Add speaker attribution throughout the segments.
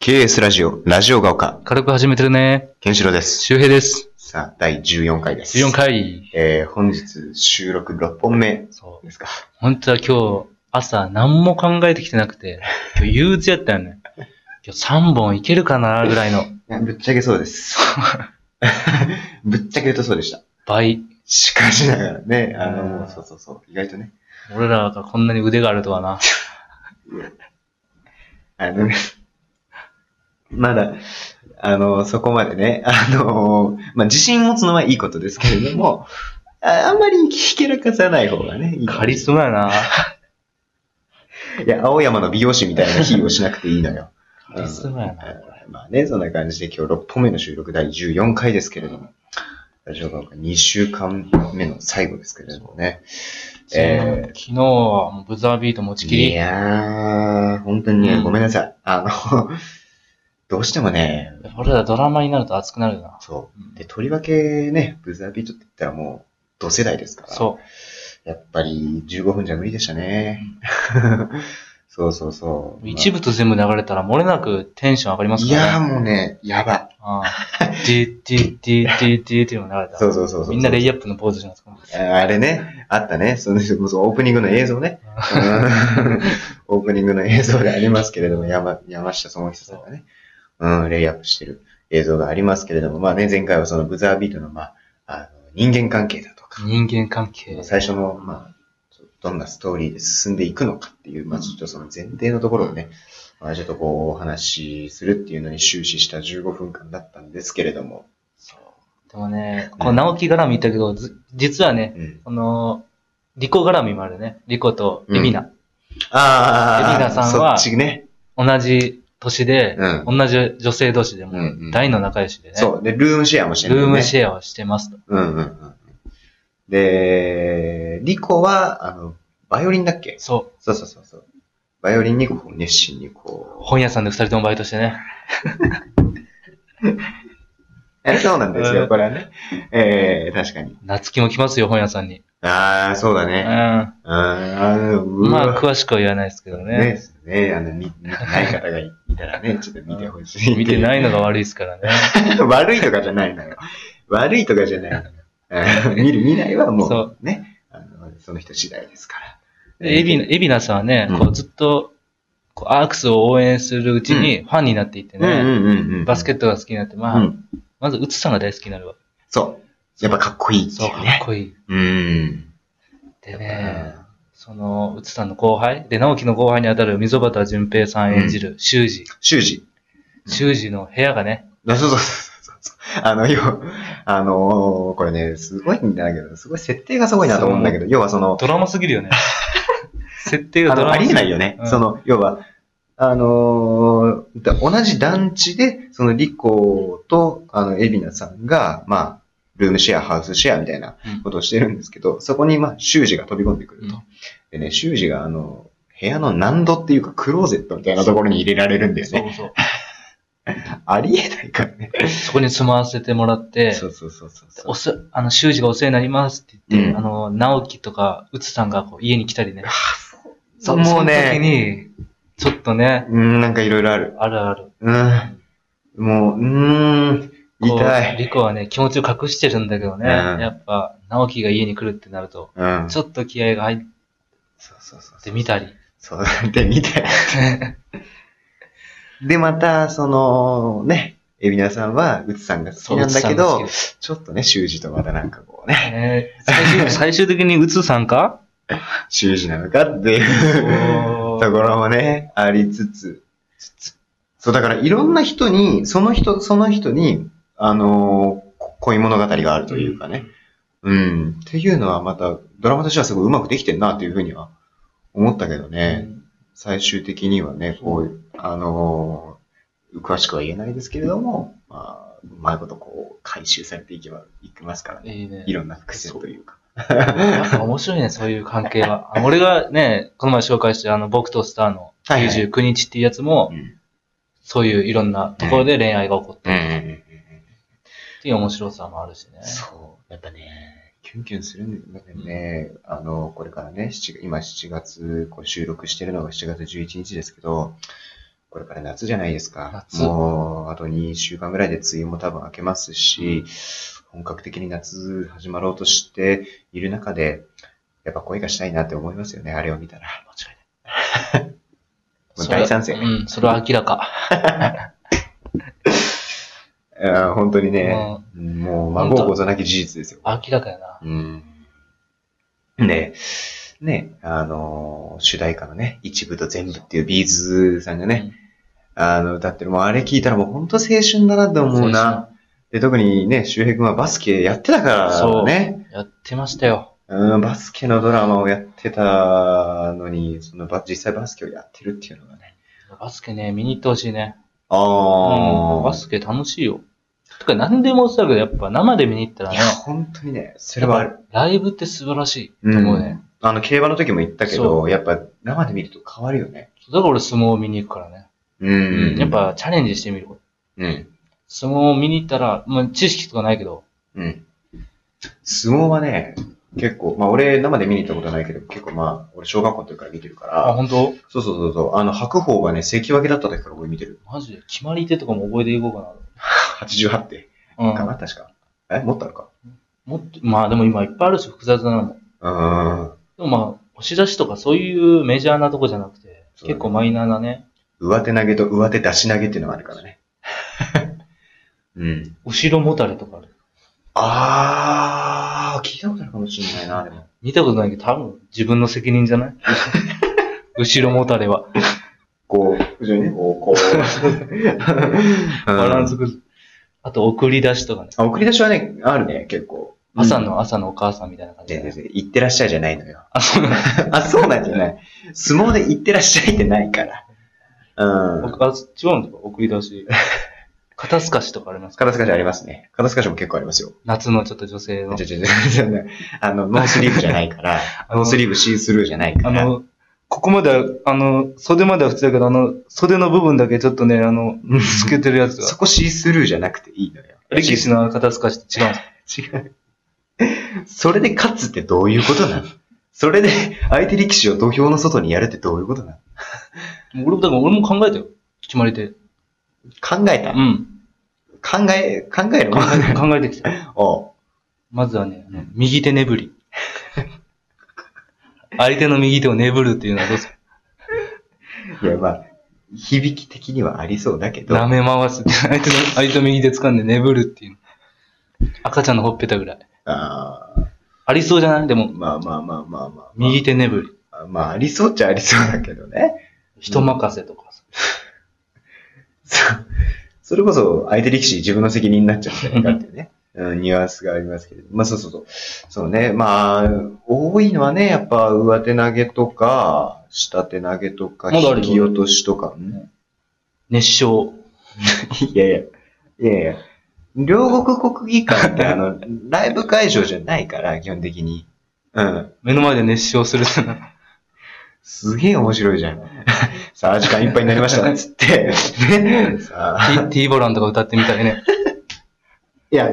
Speaker 1: KS ラジオ、ラジオが丘、
Speaker 2: 軽く始めてるね。
Speaker 1: ケンシロウです。
Speaker 2: 周平です。
Speaker 1: さあ、第14回です。
Speaker 2: 14。回。
Speaker 1: えー、本日収録6本目
Speaker 2: そう。
Speaker 1: ですか。
Speaker 2: 本当は今日、朝何も考えてきてなくて、今日憂鬱やったよね。今日3本いけるかなぐらいの。
Speaker 1: いやぶっちゃけそうです。 ぶっちゃけ言うとそうでした。
Speaker 2: 倍。
Speaker 1: しかしながらね、あの、
Speaker 2: うん
Speaker 1: もうそうそうそう、意外とね。
Speaker 2: 俺らがこんなに腕があるとはな。
Speaker 1: あのね、まだ、あの、そこまでね、あの、まあ、自信持つのはいいことですけれども、ああんまりひけらかさない方がね、いい
Speaker 2: カリスマやな。
Speaker 1: いや、青山の美容師みたいな日をしなくていいのよ。
Speaker 2: カリスマやな。
Speaker 1: まあね、そんな感じで今日6本目の収録第14回ですけれども、ラジオが2週間目の最後ですけれどもね。えー
Speaker 2: 昨日はもうブザービート持ちき
Speaker 1: い
Speaker 2: り。
Speaker 1: やー、本当にね、
Speaker 2: うん
Speaker 1: ごめんなさい。あの、 どうしてもね、
Speaker 2: 俺らドラマになると熱くなるよな。
Speaker 1: そう。で、とりわけね、ブザービートって言ったらもう、同世代ですから。
Speaker 2: そ
Speaker 1: やっぱり15分じゃ無理でしたね。 そうそうそう。
Speaker 2: う。一部と全部流れたら漏れなくテンション上がります
Speaker 1: い
Speaker 2: から
Speaker 1: や
Speaker 2: ね。
Speaker 1: ーもうね、やばい。
Speaker 2: ああ。ディッディッディッディッディッっていうのが流れた。
Speaker 1: そうそうそうそう。
Speaker 2: みんなレイアップのポーズしますから。
Speaker 1: あれね、あったね。そのそのオープニングの映像ね。 うんオープニングの映像でありますけれども、山山下智久さんがね、うん、レイアップしてる映像がありますけれども、まあね、前回はそのブザービートの、まあ、あの人間関係だとか、
Speaker 2: 人間関係。
Speaker 1: 最初の、まあ、どんなストーリーで進んでいくのかっていう、まあ、ちょっとその前提のところをね、まあ、ちょっとこう、お話しするっていうのに終始した15分間だったんですけれども、
Speaker 2: そう。でもね、
Speaker 1: ん
Speaker 2: この直樹絡み言ったけど、ず実はね、
Speaker 1: うん。
Speaker 2: この、リコ絡みもあるね。リコとエミナ。
Speaker 1: あー、
Speaker 2: エリナさんは
Speaker 1: そっちね。
Speaker 2: 同じ年で、
Speaker 1: うん。
Speaker 2: 同じ女性同士でも、
Speaker 1: うんうん
Speaker 2: 大の仲良しでね。
Speaker 1: そう。で、ルームシェアもしてる、ね。
Speaker 2: ルーム
Speaker 1: ェ
Speaker 2: シェアをしてますと。
Speaker 1: ア。うんうんうん。で、リコは、あの、バイオリンだっけ
Speaker 2: そ
Speaker 1: そうそうそうそう。バイオリンにこう熱心に
Speaker 2: う。
Speaker 1: こ
Speaker 2: 本屋さんで二人ともバイトしてね。
Speaker 1: う。えそうなんです
Speaker 2: う
Speaker 1: よ、
Speaker 2: ん
Speaker 1: これはね。えー、確かに。
Speaker 2: 夏希も来ますよ、本屋さんに。
Speaker 1: ああ、そうだ
Speaker 2: うん。
Speaker 1: ね。
Speaker 2: ま
Speaker 1: あーう
Speaker 2: あ、
Speaker 1: わ。
Speaker 2: 詳しくは言わないですけど
Speaker 1: ね
Speaker 2: ね。
Speaker 1: ね、あの、見見てない方がいたらね、ちょっと見てほしい。
Speaker 2: 見てないのが
Speaker 1: が
Speaker 2: 悪いですからね。
Speaker 1: 悪いとかじゃないのよ。悪いとかじゃないのよ。うん見る、見ないはも、
Speaker 2: そう
Speaker 1: ね。あのその人次第ですから。
Speaker 2: でエビナ、エビナさんはね、
Speaker 1: うん
Speaker 2: こうずっと、こうアークスを応援するうちにファンになっていってね、
Speaker 1: うんうんうんうん、
Speaker 2: バスケ
Speaker 1: ッ
Speaker 2: ットが好きになって、まあ、
Speaker 1: うん、
Speaker 2: まず、うつさんが大好きになるわ。
Speaker 1: そう。やっぱかっこいいって
Speaker 2: そう、
Speaker 1: い
Speaker 2: か
Speaker 1: う
Speaker 2: っ
Speaker 1: ね。
Speaker 2: こいい。
Speaker 1: うん。
Speaker 2: でね、その、うつさんの後輩、で、直樹の後輩にあたる溝端淳平さん演じる修二。
Speaker 1: 修士。
Speaker 2: 修二の部屋がね、
Speaker 1: あそうそうそうそう。あの、要は、あのーこれね、すごいんだけど、すごい設定がすごいなと思うんだけど、要はその、
Speaker 2: ドラマすぎる よね。設定
Speaker 1: あ
Speaker 2: がド
Speaker 1: の
Speaker 2: ラ
Speaker 1: あ
Speaker 2: マ
Speaker 1: りえ
Speaker 2: すぎ
Speaker 1: な
Speaker 2: る。
Speaker 1: いよね。
Speaker 2: うん
Speaker 1: その、要は、あのーだ同じ団地で、その、リコと、あの、エビナさんが、まあ、ルームシェア、ハウスシェアみたいな
Speaker 2: うん
Speaker 1: ことをしてるんですけど、そこに、まあ、修士が飛び込んでくると。
Speaker 2: うん
Speaker 1: でね、修士が、あの、部屋の難度っていうか、クローゼットみたいなところに入れられるんだよね。
Speaker 2: そうそう。
Speaker 1: ありえないからね。
Speaker 2: そこに住まわせてもらって、
Speaker 1: そうそうそうそうそう
Speaker 2: お。せ、あの、修二がお世話になりますって言って、
Speaker 1: うん
Speaker 2: あの、直樹とか、うつさんがこう家に来 たりね。そ
Speaker 1: もう
Speaker 2: その時
Speaker 1: ね、
Speaker 2: に、ちょっとね、
Speaker 1: うん、なんかいろいろある。
Speaker 2: あるある。
Speaker 1: うん。もう、うーん、
Speaker 2: こう
Speaker 1: 痛い。
Speaker 2: リコはね、気持ちを隠してるんだけどね。
Speaker 1: うん
Speaker 2: やっぱ、直樹が家に来るってなると、
Speaker 1: うん。
Speaker 2: ちょっと気合が入っ
Speaker 1: そうそうそう
Speaker 2: てみたり。
Speaker 1: そう、で、見て。で、また、その、ね、エビナさんは、うつさんが好きなんだけ
Speaker 2: う
Speaker 1: ど
Speaker 2: つ、
Speaker 1: ちょっとね、修二とまたなんかこうね、
Speaker 2: さんが好きえー最終最終的にうつさんか
Speaker 1: 修二なのかっていう
Speaker 2: おー
Speaker 1: ところもね、ありつつ。そう、だからいろんな人に、その人、その人に、あのーこ恋物語があるというかね。うん。っていうのはまた、ドラマとしてはすごいうまくできてんなというふうには思ったけどね。最終的にはね、こう、あのー詳しくは言えないですけれども、まあ、うまいことこう、回収されていけば、いきますからね。
Speaker 2: いいね
Speaker 1: い。ろんな伏線というか。
Speaker 2: やっぱ面白いね、そういう関係 は。あ俺がね、この前紹介したあの、僕とスターの
Speaker 1: はいはい
Speaker 2: 99日っていうやつも、
Speaker 1: うん
Speaker 2: そういういろんなところで恋愛が起こった
Speaker 1: うんうん
Speaker 2: っ
Speaker 1: うんうん
Speaker 2: ていう面白さもあるしね。
Speaker 1: そう。やっぱね、キュンキュンするんだけどね、あの、これからね、7今7月、こう収録してるのが7月11日ですけど、これから夏じゃないですか。
Speaker 2: 夏
Speaker 1: もう、あと2週間ぐらいで梅雨も多分明けますし、本格的に夏始まろうとしている中で、やっぱ恋がしたいなって思いますよね、あれを見たら。
Speaker 2: 間違いない。
Speaker 1: もう大賛成
Speaker 2: それはうん、それは明らか。
Speaker 1: いやー本当にね、も
Speaker 2: も
Speaker 1: う、孫をこざなき事実ですよ
Speaker 2: う。明らかやな。
Speaker 1: うん。ねねあのー主題歌のね、一部と全部っていうビーズさんがね、あの、歌ってる、もうあれ聞いたらもう本当青春だなって思うな。で、特にね、周平君はバスケやってたからね、
Speaker 2: やってましたよ。
Speaker 1: うん、バスケのドラマをやってたのに、そのバ実際バスケをやってるっていうのがね。
Speaker 2: バスケね、見に行ってほしいね。
Speaker 1: ああ、
Speaker 2: うんバスケ楽しいよ。とか、何でもそうだけど、やっぱ生で見に行ったら
Speaker 1: い
Speaker 2: ね
Speaker 1: や、、本当にね、それはある。
Speaker 2: ライブって素晴らしいと思うね。
Speaker 1: あの、競馬の時も言ったけ
Speaker 2: そ
Speaker 1: ど、やっぱ生で見ると変わるよね。
Speaker 2: だから俺相撲を見に行くからね。
Speaker 1: う
Speaker 2: うん、やっ、ぱチャレンジしてみる。
Speaker 1: うん。
Speaker 2: 相撲を見に行ったら、まあ、知識とかないけど、
Speaker 1: うん。相撲はね、結構、まあ俺生で見に行ったことないけど、結構まあ、俺小学校の時から見てるか
Speaker 2: あ、
Speaker 1: ら、
Speaker 2: 本当
Speaker 1: そうそうそうそう、あの白鵬がね、関脇だった時から俺見てる。
Speaker 2: マジで決まり手とかも覚えていこう
Speaker 1: 88って。
Speaker 2: かな。
Speaker 1: か
Speaker 2: うん。
Speaker 1: な確か。えもっとあるか。
Speaker 2: もっと、まあでも今いっぱいあるし、複雑なのも。
Speaker 1: うーん。
Speaker 2: でもまあ、押し出しとかそういうメジャーなとこじゃなくて、
Speaker 1: そうだね
Speaker 2: 結構マイナーなね、
Speaker 1: 上手投げと上手出し投げっていうのがあるからね。 うん。
Speaker 2: 後ろもたれとかある。
Speaker 1: あー、聞いたことあるかもしれないな、でも。
Speaker 2: 見たことないけど、多分自分の責任じゃ ない後ろもたれは。
Speaker 1: こう、後ろにね、こう、こう。
Speaker 2: バランス
Speaker 1: うん。
Speaker 2: 崩すあと、送り出しとかね。
Speaker 1: あ、送り出しはね、あるね、結構。
Speaker 2: 朝の、朝のお母さんみたいな感じ
Speaker 1: ね
Speaker 2: で、ね。
Speaker 1: 行ってらっしゃいじゃないのよ。
Speaker 2: あ、そうなんだ
Speaker 1: あ、そうなんじゃない。相撲で行ってらっしゃいってないから。うん。
Speaker 2: 僕あ、違うんですか送り出 し。肩透かしとかありますか
Speaker 1: 肩透かしありますね。肩透かしも結構ありますよ。
Speaker 2: 夏のちょっと女性の
Speaker 1: ち。ょちょちょちょあの、ノースリーブじゃないから、
Speaker 2: あの
Speaker 1: ノースリーブシースルーじゃないか
Speaker 2: あ
Speaker 1: ら。
Speaker 2: の、ここまでは、あの、袖までは普通だけど、あの、袖の部分だけちょっとね、あの、透けてるや つ
Speaker 1: そ
Speaker 2: が。
Speaker 1: こシースルーじゃなくていいのよ。
Speaker 2: 力士の肩透かしって違うんですか
Speaker 1: 違う。それで勝つってどういうことなのそれで相手力士を土俵の外にやるってどういうことなの
Speaker 2: もう俺も、だから俺も考えたよ。決まり手。
Speaker 1: 考えた、
Speaker 2: うん。
Speaker 1: 考え、考えろ
Speaker 2: 考え考えてきた。
Speaker 1: おう
Speaker 2: まずはね、あの右手ねぶ り。相手の右手をねぶるっていうのはどうですか
Speaker 1: いや、まあ、響き的にはありそうだけど。
Speaker 2: 舐め回す。相手の、相手の右手掴んでねぶるっていう。赤ちゃんのほっぺたぐらい。
Speaker 1: あ
Speaker 2: ありそうじゃないでも
Speaker 1: ー、まあまあまあまあまあ、まあ。
Speaker 2: 右手ねぶり。
Speaker 1: あまあ、ありそうっちゃありそうだけどね。
Speaker 2: 人任せとかさ。
Speaker 1: そそれこそ、相手力士自分の責任になっちゃうんじゃないかって いうね。うん、ニュアンスがありますけれど。まあそうそうそう。そうね。まあ、多いのはね、やっぱ上手投げとか、下手投げとか、
Speaker 2: まだある
Speaker 1: 引
Speaker 2: よ
Speaker 1: き落としとか。ん
Speaker 2: 熱唱。
Speaker 1: いやいや、いやいや。両国国技館 ってあの、ライブ会場じゃないから、基本的に。うん。
Speaker 2: 目の前で熱唱する。
Speaker 1: すげえ面白いじゃん。 さあ、時間いっぱいになりました、つ って。ねさあ、
Speaker 2: ティーボランとか歌ってみたいね。
Speaker 1: いや、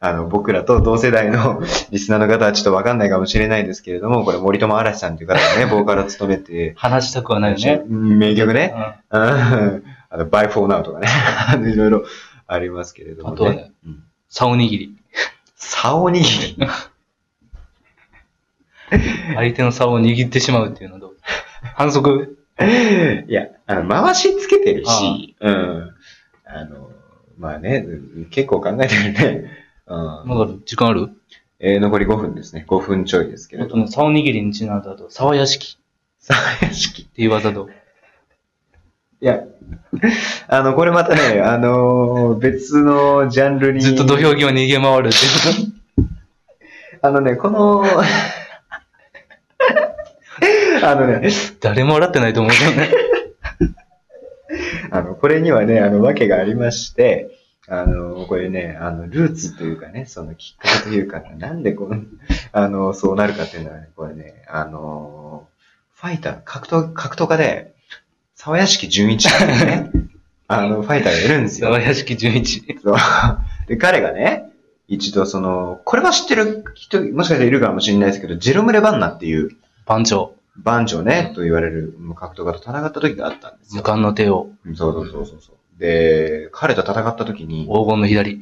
Speaker 1: あの、僕らと同世代 のリスナーの方はちょっとわかんないかもしれないですけれども、これ森友嵐さんという方がね、ボーカルを務めて、
Speaker 2: 話したくはないよね。
Speaker 1: うん名曲
Speaker 2: う
Speaker 1: ね。
Speaker 2: ん
Speaker 1: うんあの、by for now とかね。 あのいろいろありますけれども、
Speaker 2: あとはね
Speaker 1: うん。
Speaker 2: さおにぎり。
Speaker 1: さおにぎり。
Speaker 2: 相手の竿を握ってしまうっていうのはどう反 則
Speaker 1: いや、あの、回しつけてるし、うん。あの、まあね、うん結構考えてるね。うん。
Speaker 2: まだ時間ある
Speaker 1: えー、残り5分ですね。5分ちょいですけれ
Speaker 2: あ
Speaker 1: ど
Speaker 2: と
Speaker 1: も。
Speaker 2: ね、竿握りにちなんだと、沢屋敷
Speaker 1: 沢屋敷。い
Speaker 2: っていう技と、
Speaker 1: や、あの、これまた ね、あのー別のジャンルに。
Speaker 2: ずっと土俵際逃げ回るっていう。
Speaker 1: あのね、この、 あのね、
Speaker 2: 誰も笑ってないと思うけどね。
Speaker 1: あの、これにはね、あの、訳がありまして、あの、これね、あの、ルーツというかね、そのきっかけというか、なんでこの、あの、そうなるかっていうのはね、これね、あの、ファイター、格闘、格闘家で、沢屋敷純一っていう ね、あの、ファイターがいるんですよ
Speaker 2: 沢。屋敷純一。
Speaker 1: そう。 で、彼がね、一度その、これは知ってる人、もしかしたらいるかもしれないですけど、ジェロム・レバンナっていう、
Speaker 2: 番長。
Speaker 1: 番長ね、と言われる格闘家と戦った時があったんです
Speaker 2: 無
Speaker 1: よ。
Speaker 2: 冠の手を、
Speaker 1: うんそうそうそうそうそう。で、彼と戦った時に、
Speaker 2: 黄金の左。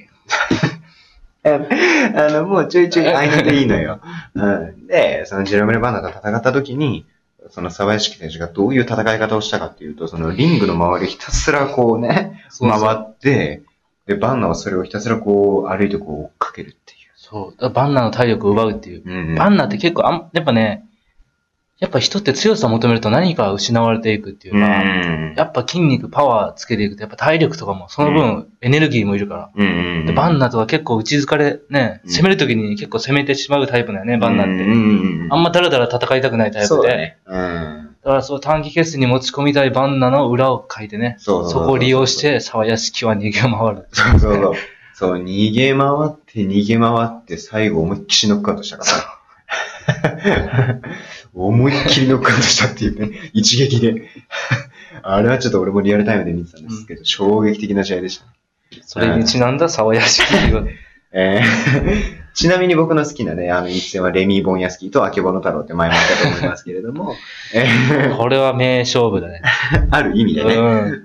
Speaker 1: あの、もうちょいちょい会いにでいいの よ。うん、で、そのジェロメル・バンダーと戦った時に、その沢屋敷選手がどういう戦い方をしたかっていうと、そのリングの周りをひたすらこうね、
Speaker 2: そう
Speaker 1: 回
Speaker 2: そう
Speaker 1: って、で、バンナはそれをひたすらこう歩いてこう追っかけるってい
Speaker 2: そう。だからバンナーの体力を奪うっていう。
Speaker 1: う。うん
Speaker 2: バンナーって結構あん、やっぱね、やっぱ人って強さを求めると何か失われていくっていう
Speaker 1: う
Speaker 2: か、
Speaker 1: ん。
Speaker 2: やっぱ筋肉、パワーつけていくと、やっぱ体力とかも、その分エネルギーもいるから。
Speaker 1: うん。
Speaker 2: で、バンナーとか結構打ち疲れ、ね、
Speaker 1: うん
Speaker 2: 攻めるときに結構攻めてしまうタイプだよね、バンナーって。
Speaker 1: って
Speaker 2: あんまダラダラ戦いたくないタイプで。
Speaker 1: そうだ
Speaker 2: だ
Speaker 1: ね。うん。
Speaker 2: からそう短期決戦に持ち込みたいバンナーの裏を書いてね、
Speaker 1: そううう
Speaker 2: そこを利用し。て沢屋敷は逃げ回る。
Speaker 1: そうそうそう。そう、逃げ回って、逃げ回って、最後思いっきりノックアウトした から。思いっきりノックアウトしたっていうね、一撃で。あれはちょっと俺もリアルタイムで見てたんですけど、衝撃的な試合でしたね。
Speaker 2: それにちなんだ沢屋敷っていう
Speaker 1: えー ちなみに僕の好きなね、あの一戦はレミー・ボンヤスキーとアケボノ太郎って前も言ったと思いますけれども、えー
Speaker 2: これは名勝負だね。
Speaker 1: ある意味でね、
Speaker 2: うん。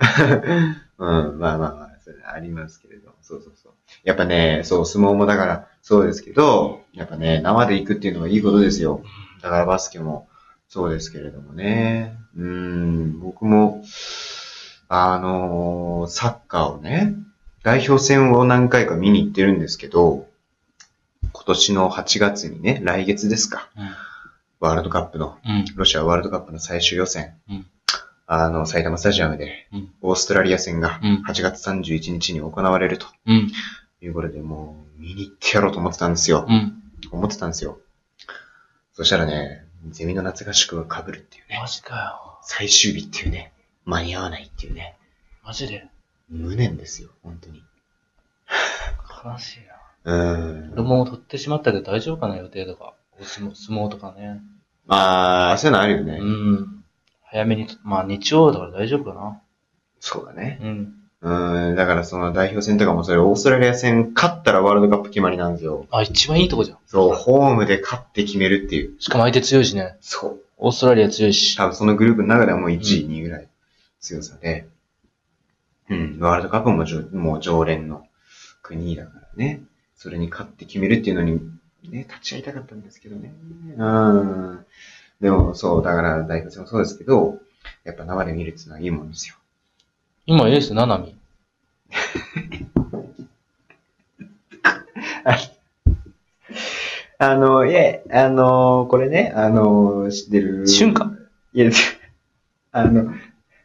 Speaker 1: うん、まあまあまあ、それありますけれど、そうそうそう。やっぱね、そう、相撲もだから、そうですけど、やっぱね、生で行くっていうのはいいことですよ。だからバスケも、そうですけれどもね。うん、僕も、あのーサッカーをね、代表戦を何回か見に行ってるんですけど、今年の8月にね、来月ですか、ワールドカップの、
Speaker 2: うん。
Speaker 1: ロシアワールドカップの最終予選、
Speaker 2: うん
Speaker 1: あの、埼玉スタジアムで
Speaker 2: うん、
Speaker 1: オーストラリア戦が
Speaker 2: うん
Speaker 1: 8月31日に行われると
Speaker 2: うん。
Speaker 1: いうことで、もう見に行ってやろうと思ってたんですよ。
Speaker 2: うん。
Speaker 1: 思ってたんですよ。そしたらね、ゼミの夏合宿が被るっていうね、
Speaker 2: マジかよ。
Speaker 1: 最終日っていうね、間に合わないっていうね、
Speaker 2: マジで。
Speaker 1: 無念ですよ、本当に。
Speaker 2: 悲しいな。
Speaker 1: うー
Speaker 2: 俺
Speaker 1: ん。
Speaker 2: も取ってしまったけど大丈夫かな予定とか。お相撲相撲とかね。
Speaker 1: まあ、そういうのあるよね。
Speaker 2: うん。早めにと、まあ日曜だから大丈夫かな。
Speaker 1: そうだね。
Speaker 2: うん。
Speaker 1: うん、だからその代表戦とかもそれ、オーストラリア戦勝ったらワールドカップ決まりなんですよ。
Speaker 2: あ、一番いいとこじゃん。
Speaker 1: そう、ホームで勝って決めるっていう。
Speaker 2: しかも相手強いしね。
Speaker 1: そう。
Speaker 2: オーストラリア強いし。
Speaker 1: 多分そのグループの中ではもう1位、
Speaker 2: う
Speaker 1: 2位ぐらい強さで。うん、ワールドカップもじょもう常連の国だからね。それに勝って決めるっていうのに、ね、立ち会いたかったんですけどね。うん。でもそう、だから大学生もそうですけど、やっぱ生で見るっていうのはいいもんですよ。
Speaker 2: 今エース、ナナミ。
Speaker 1: あの、いえ、あの、これね、あの、知ってる
Speaker 2: 瞬間。
Speaker 1: いや、あの、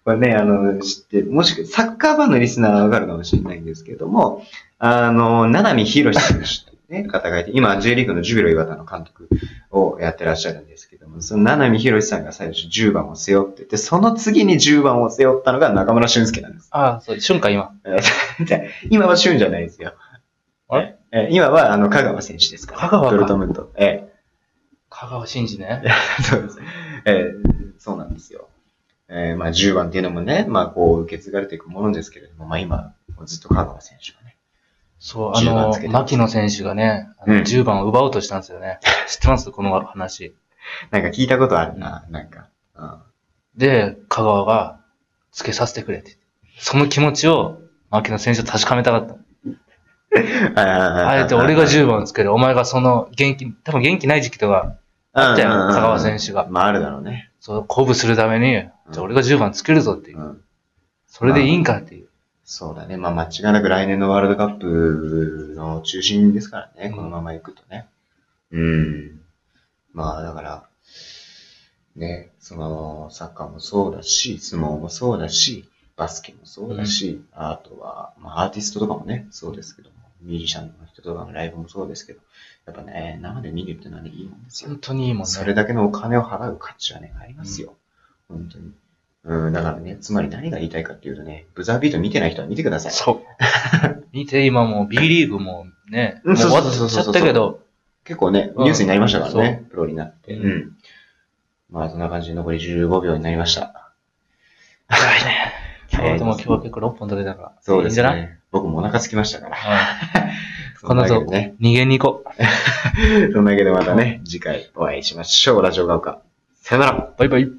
Speaker 1: これね、あの、知ってる、もしくサッカー版のリスナーはわかるかもしれないんですけれども、あの、七海博士選手というね、方がいて、今、J リーグのジュビロ磐田の監督をやってらっしゃるんですけども、その七海博士さんが最初10番を背負ってて、その次に10番を背負ったのが中村俊輔なんです。
Speaker 2: ああ、そう、瞬間今。
Speaker 1: じゃあ今は俊じゃないですよ。
Speaker 2: あれ
Speaker 1: え今は、あの、香川選手ですから。
Speaker 2: 香川か
Speaker 1: ドルトムント。ええ
Speaker 2: 香川真司ね。
Speaker 1: そうです。 えーそうなんですよ。えーまあ、10番っていうのもね、まあ、こう、受け継がれていくものですけれども、まあ、今、ずっと香川選手がね。
Speaker 2: そう、あ
Speaker 1: 10番つ
Speaker 2: の
Speaker 1: けて、ます
Speaker 2: 牧野選手がね、あの
Speaker 1: うん
Speaker 2: 10番を奪おうとしたんです よね。知ってますこの話。
Speaker 1: なんか聞いたことあるな、なんか。うん
Speaker 2: で、香川が、つけさせてくれって。その気持ちを、牧野選手は確かめたかった。あ
Speaker 1: あ
Speaker 2: えて俺が10番をつける。お前がその元気、多分元気ない時期とか、あったよ
Speaker 1: うんうんうん
Speaker 2: 香川選手が
Speaker 1: まあ、あるだろうね。
Speaker 2: そう、鼓舞するために、じゃあ俺が10番つけるぞっていうう。
Speaker 1: ん。
Speaker 2: それでいいんかっていう。
Speaker 1: そうだね。まあ、間違いなく来年のワールドカップの中心ですからね。
Speaker 2: うん
Speaker 1: このまま行くとね。うん。まあ、だから、ね、その、サッカーもそうだし、相撲もそうだし、バスケもそうだし、あとは、まあ、アーティストとかもね、そうですけども、ミュージシャンの人とかのライブもそうですけど、やっぱね、生で見るってのはね、いいもんですよ。
Speaker 2: 本当にいいもんね。
Speaker 1: それだけのお金を払う価値はね、ありますよ。本当に。うん、だからね、つまり何が言いたいかっていうとね、ブザービート見てない人は見てください。
Speaker 2: そう。 見て、今もう B リーグもね、
Speaker 1: う
Speaker 2: も
Speaker 1: ん
Speaker 2: う終わっちゃったけど、
Speaker 1: 結構ね、
Speaker 2: うん
Speaker 1: ニュースになりましたからね、
Speaker 2: そ
Speaker 1: プロになって。
Speaker 2: うん
Speaker 1: うん。まあ、そんな感じで残り15秒になりました。
Speaker 2: 辛い ね。
Speaker 1: 早いです
Speaker 2: でも今日は結構6本取れたから。
Speaker 1: そうです
Speaker 2: いいんじゃない
Speaker 1: ね。僕もお腹空きましたから。
Speaker 2: うんこの後
Speaker 1: そんなわけでね。
Speaker 2: 逃げに行こ う。
Speaker 1: そんなわけでまたね、次回お会いしましょう。ラジオが丘。さよなら。
Speaker 2: バイバイ。